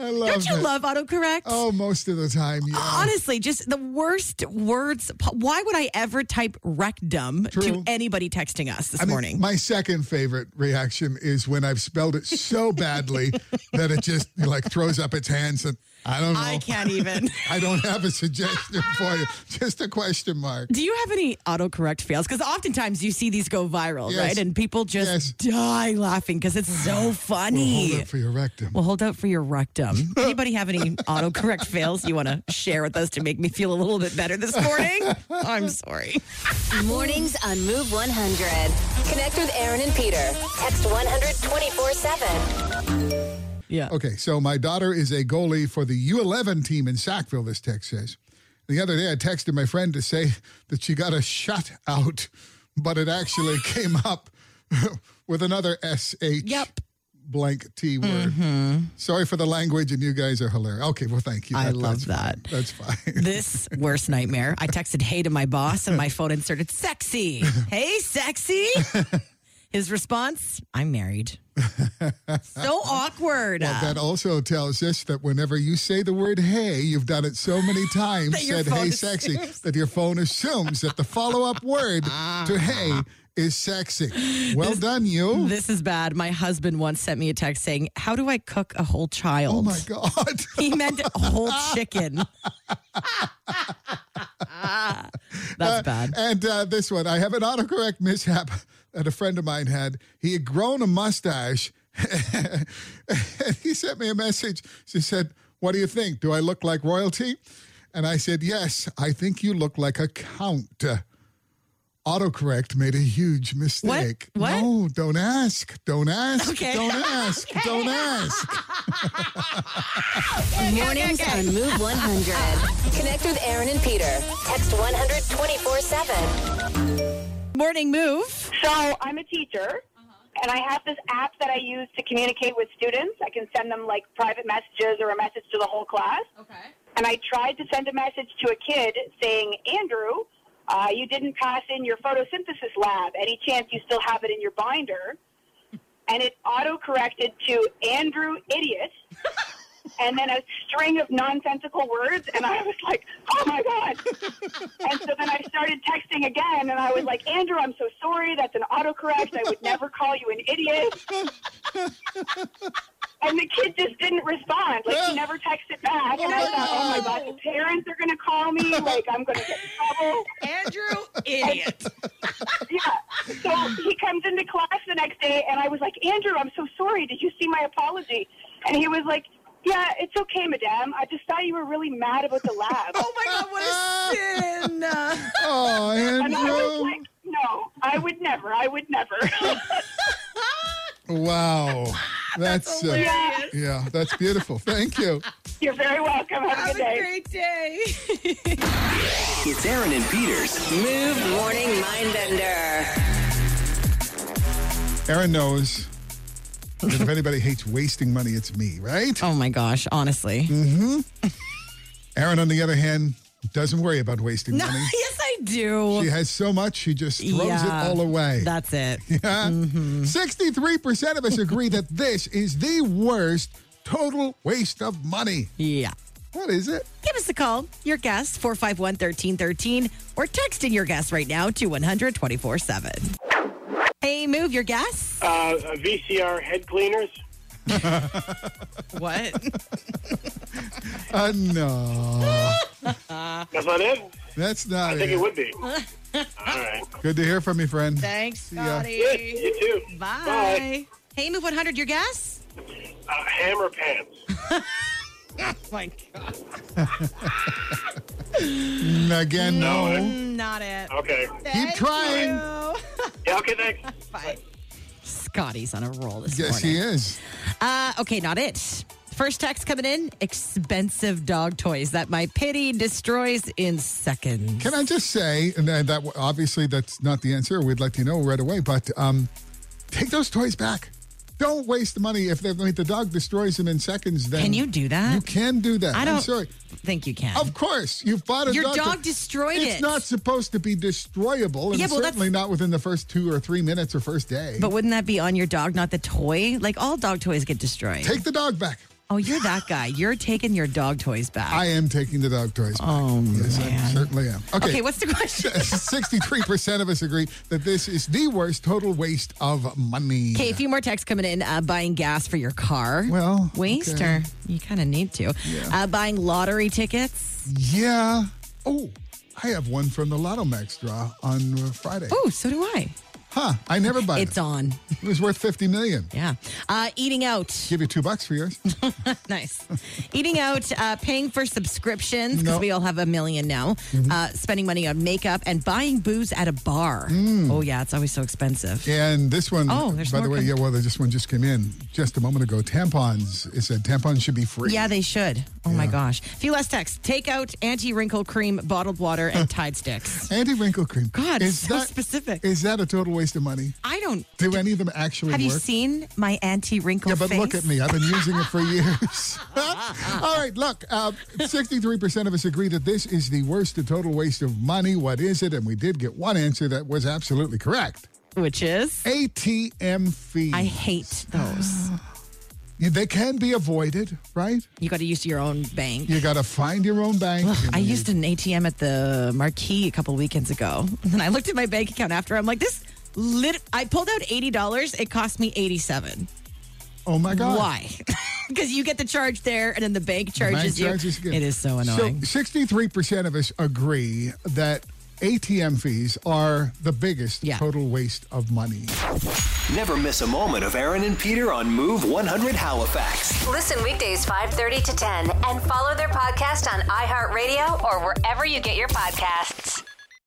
S4: love
S3: Don't you
S4: it.
S3: love autocorrect?
S4: Oh, most of the time, yeah.
S3: Honestly, just the worst words. po- Why would I ever type rectum
S4: True.
S3: to anybody texting us this
S4: I mean,
S3: morning?
S4: My second favorite reaction is when I've spelled it so badly that it just like throws up its hands and I don't know.
S3: I can't even.
S4: I don't have a suggestion for you. Just a question mark.
S3: Do you have any autocorrect fails? Because oftentimes you see these go viral,
S4: Yes.
S3: right? And people just
S4: Yes.
S3: die laughing because it's so funny.
S4: Hold it for your rectum.
S3: Well, hold out for your rectum. Anybody have any autocorrect fails you want to share with us to make me feel a little bit better this morning? I'm sorry.
S2: Mornings on Move 100. Connect with Aaron and Peter. Text 124 7.
S3: Yeah.
S4: Okay, so my daughter is a goalie for the U11 team in Sackville, this text says. The other day I texted my friend to say that she got a shut out, but it actually came up with another SH
S3: Yep. Mm-hmm.
S4: blank T word. Sorry for the language, and you guys are hilarious. Okay, well, thank you.
S3: I love
S4: that's Fine. That's fine.
S3: This worst nightmare. I texted hey to my boss and my phone inserted sexy. Hey, sexy. His response, I'm married. So awkward.
S4: That also tells us that whenever you say the word hey, you've done it so many times,
S3: That your
S4: said
S3: phone
S4: hey
S3: assumes-
S4: sexy, that your phone assumes that the follow up word to hey is sexy. Well done, you.
S3: Ah. This is bad. My husband once sent me a text saying, How do I cook a whole child?
S4: oh my God.
S3: He meant a whole chicken. That's bad.
S4: And uh, this one, I have an autocorrect mishap that a friend of mine had. He had grown a mustache. and he sent me a message. She said, What do you think? Do I look like royalty? And I said, Yes, I think you look like a count. Autocorrect made a huge mistake.
S3: What?
S4: No, don't ask. Don't ask.
S3: Okay.
S4: Don't ask. Don't ask.
S2: Mornings on Move 100. Connect with Aaron and Peter. Text 124 7.
S3: Morning move.
S10: So I'm a teacher, and I have this app that I use to communicate with students. I can send them like private messages or a message to the whole class. Okay. And I tried to send a message to a kid saying, Andrew, uh, you didn't pass in your photosynthesis lab. Any chance you still have it in your binder? And it auto corrected to Andrew Idiot. And then a string of nonsensical words, and I was like, "Oh my god!" And so then I started texting again, and I was like, Andrew, I'm so sorry. That's an autocorrect. I would never call you an idiot. And the kid just didn't respond. Like, he never texted back. And I thought, oh my God, the parents are going to call me. Like, I'm going to get in trouble.
S3: Andrew, idiot.
S10: Yeah. So he comes into class the next day, and I was like, Andrew, I'm so sorry. Did you see my apology? And he was like, yeah, it's okay, madam. I just thought you were really mad about the lab.
S3: Oh my God, what a sin.
S4: Oh,
S10: And I was
S4: Andrew.
S10: like, no, I would never. I would never.
S4: Wow. That's, uh,
S10: Yeah,
S4: yeah, that's beautiful. Thank you.
S10: you're very welcome. Have, a good day.
S3: great day.
S1: It's Aaron and Peter's.
S2: Move Morning Mindbender.
S4: Aaron knows that if anybody hates wasting money, it's me, right?
S3: Oh my gosh, honestly.
S4: Mm, Aaron, on the other hand, doesn't worry about wasting
S3: No,
S4: money.
S3: yes, I do.
S4: She has so much, she just throws
S3: Yeah,
S4: it all away.
S3: That's it.
S4: Yeah? 63% of us agree that this is the worst total waste of money.
S3: Yeah.
S4: What is it?
S3: Give us a call, your guest, 451 1313, or text in your guest right now to 124 7. Hey, move your guess.
S12: Uh, VCR head cleaners.
S3: What?
S4: Uh, no.
S12: That's not it?
S4: That's not
S12: I
S4: it.
S12: think it would be. All right.
S4: Good to hear from you, friend.
S3: Thanks,
S4: See ya.
S3: Scotty.
S12: Good. You too.
S3: Bye.
S12: Bye.
S3: Hey, Move 100, your guess?
S12: Uh, hammer pants.
S3: Oh My God.
S4: Again, no.
S3: Not it.
S12: Okay.
S4: Keep trying.
S12: Oh. Yeah, okay, thanks.
S3: Bye. Scotty's on a roll this
S4: Yes,
S3: morning.
S4: he is.
S3: Uh, okay, not it. First text coming in expensive dog toys that my pity destroys in seconds.
S4: Can I just say and that that- obviously that's not the answer. We'd let you know right away, but um, take those toys back. Don't waste the money if, they, if the dog destroys them in seconds. Then
S3: Can you do that?
S4: You can do that.
S3: I
S4: am
S3: don't
S4: sorry.
S3: think you can.
S4: Of course, you bought a
S3: Your
S4: dog.
S3: dog destroyed
S4: it's
S3: it.
S4: It's not supposed to be destroyable, and
S3: Yeah, well, that's-
S4: certainly not within the first two or three minutes or first day.
S3: But wouldn't that be on your dog, not the toy? Like all dog toys get destroyed.
S4: take the dog back.
S3: oh, you're that guy. You're taking your dog toys back.
S4: I am taking the dog toys. Back.
S3: Oh,
S4: yes, I
S3: man.
S4: certainly am.
S3: okay. what's the question?
S4: 63% of us agree that this is the worst total waste of money.
S3: Okay, a few more texts coming in. Uh, buying gas for your car.
S4: Well,
S3: waste
S4: okay.
S3: or you kind of need to. Uh, buying lottery tickets.
S4: Yeah. Oh, I have one from the Lotto Max draw on uh, Friday.
S3: Oh, so do I.
S4: Huh. I never buy
S3: It's
S4: it.
S3: on.
S4: It was worth 50 million.
S3: Yeah. Uh, eating out.
S4: Give you two bucks for yours.
S3: nice. Eating out, uh, paying for subscriptions, because
S4: No.
S3: we all have a million now,
S4: Mm-hmm.
S3: uh, spending money on makeup, and buying booze at a bar.
S4: Mm.
S3: Oh, yeah, it's always so expensive.
S4: And this one,
S3: Oh, there's
S4: by the
S3: more
S4: way,
S3: com-
S4: yeah, well, this one just came in just a moment ago. Tampons. It said tampons should be free.
S3: Yeah, they should. Oh my gosh. A few less texts. Take out anti wrinkle cream, bottled water, and Tide sticks.
S4: Anti wrinkle cream.
S3: God, so specific.
S4: Is that a total waste of money?
S3: I don't.
S4: Do any of them actually
S3: Have you
S4: work?
S3: seen my anti wrinkle
S4: Yeah, but
S3: face?
S4: look at me. I've been using it for years. All right, look. uh, 63% of us agree that this is the worst and total waste of money. What is it? And we did get one answer that was absolutely correct
S3: Which is.
S4: ATM fees.
S3: I hate those.
S4: They can be avoided, right?
S3: You got to use your own bank.
S4: You got to find your own bank.
S3: I used an ATM at the Marquee a couple weekends ago, and then I looked at my bank account after. I'm like, this. Lit- I pulled out eighty dollars. It cost me eighty-seven.
S4: Oh, my God.
S3: Why? Because you get the charge there, and then the bank
S4: The bank
S3: charges you.
S4: charges again.
S3: It is so annoying.
S4: So 63% of us agree that ATM fees are the biggest
S3: Yeah.
S4: total waste of money.
S1: Never miss a moment of Aaron and Peter on Move 100 Halifax.
S2: Listen weekdays 5:30 to 10 and follow their podcast on iHeartRadio or wherever you get your podcasts.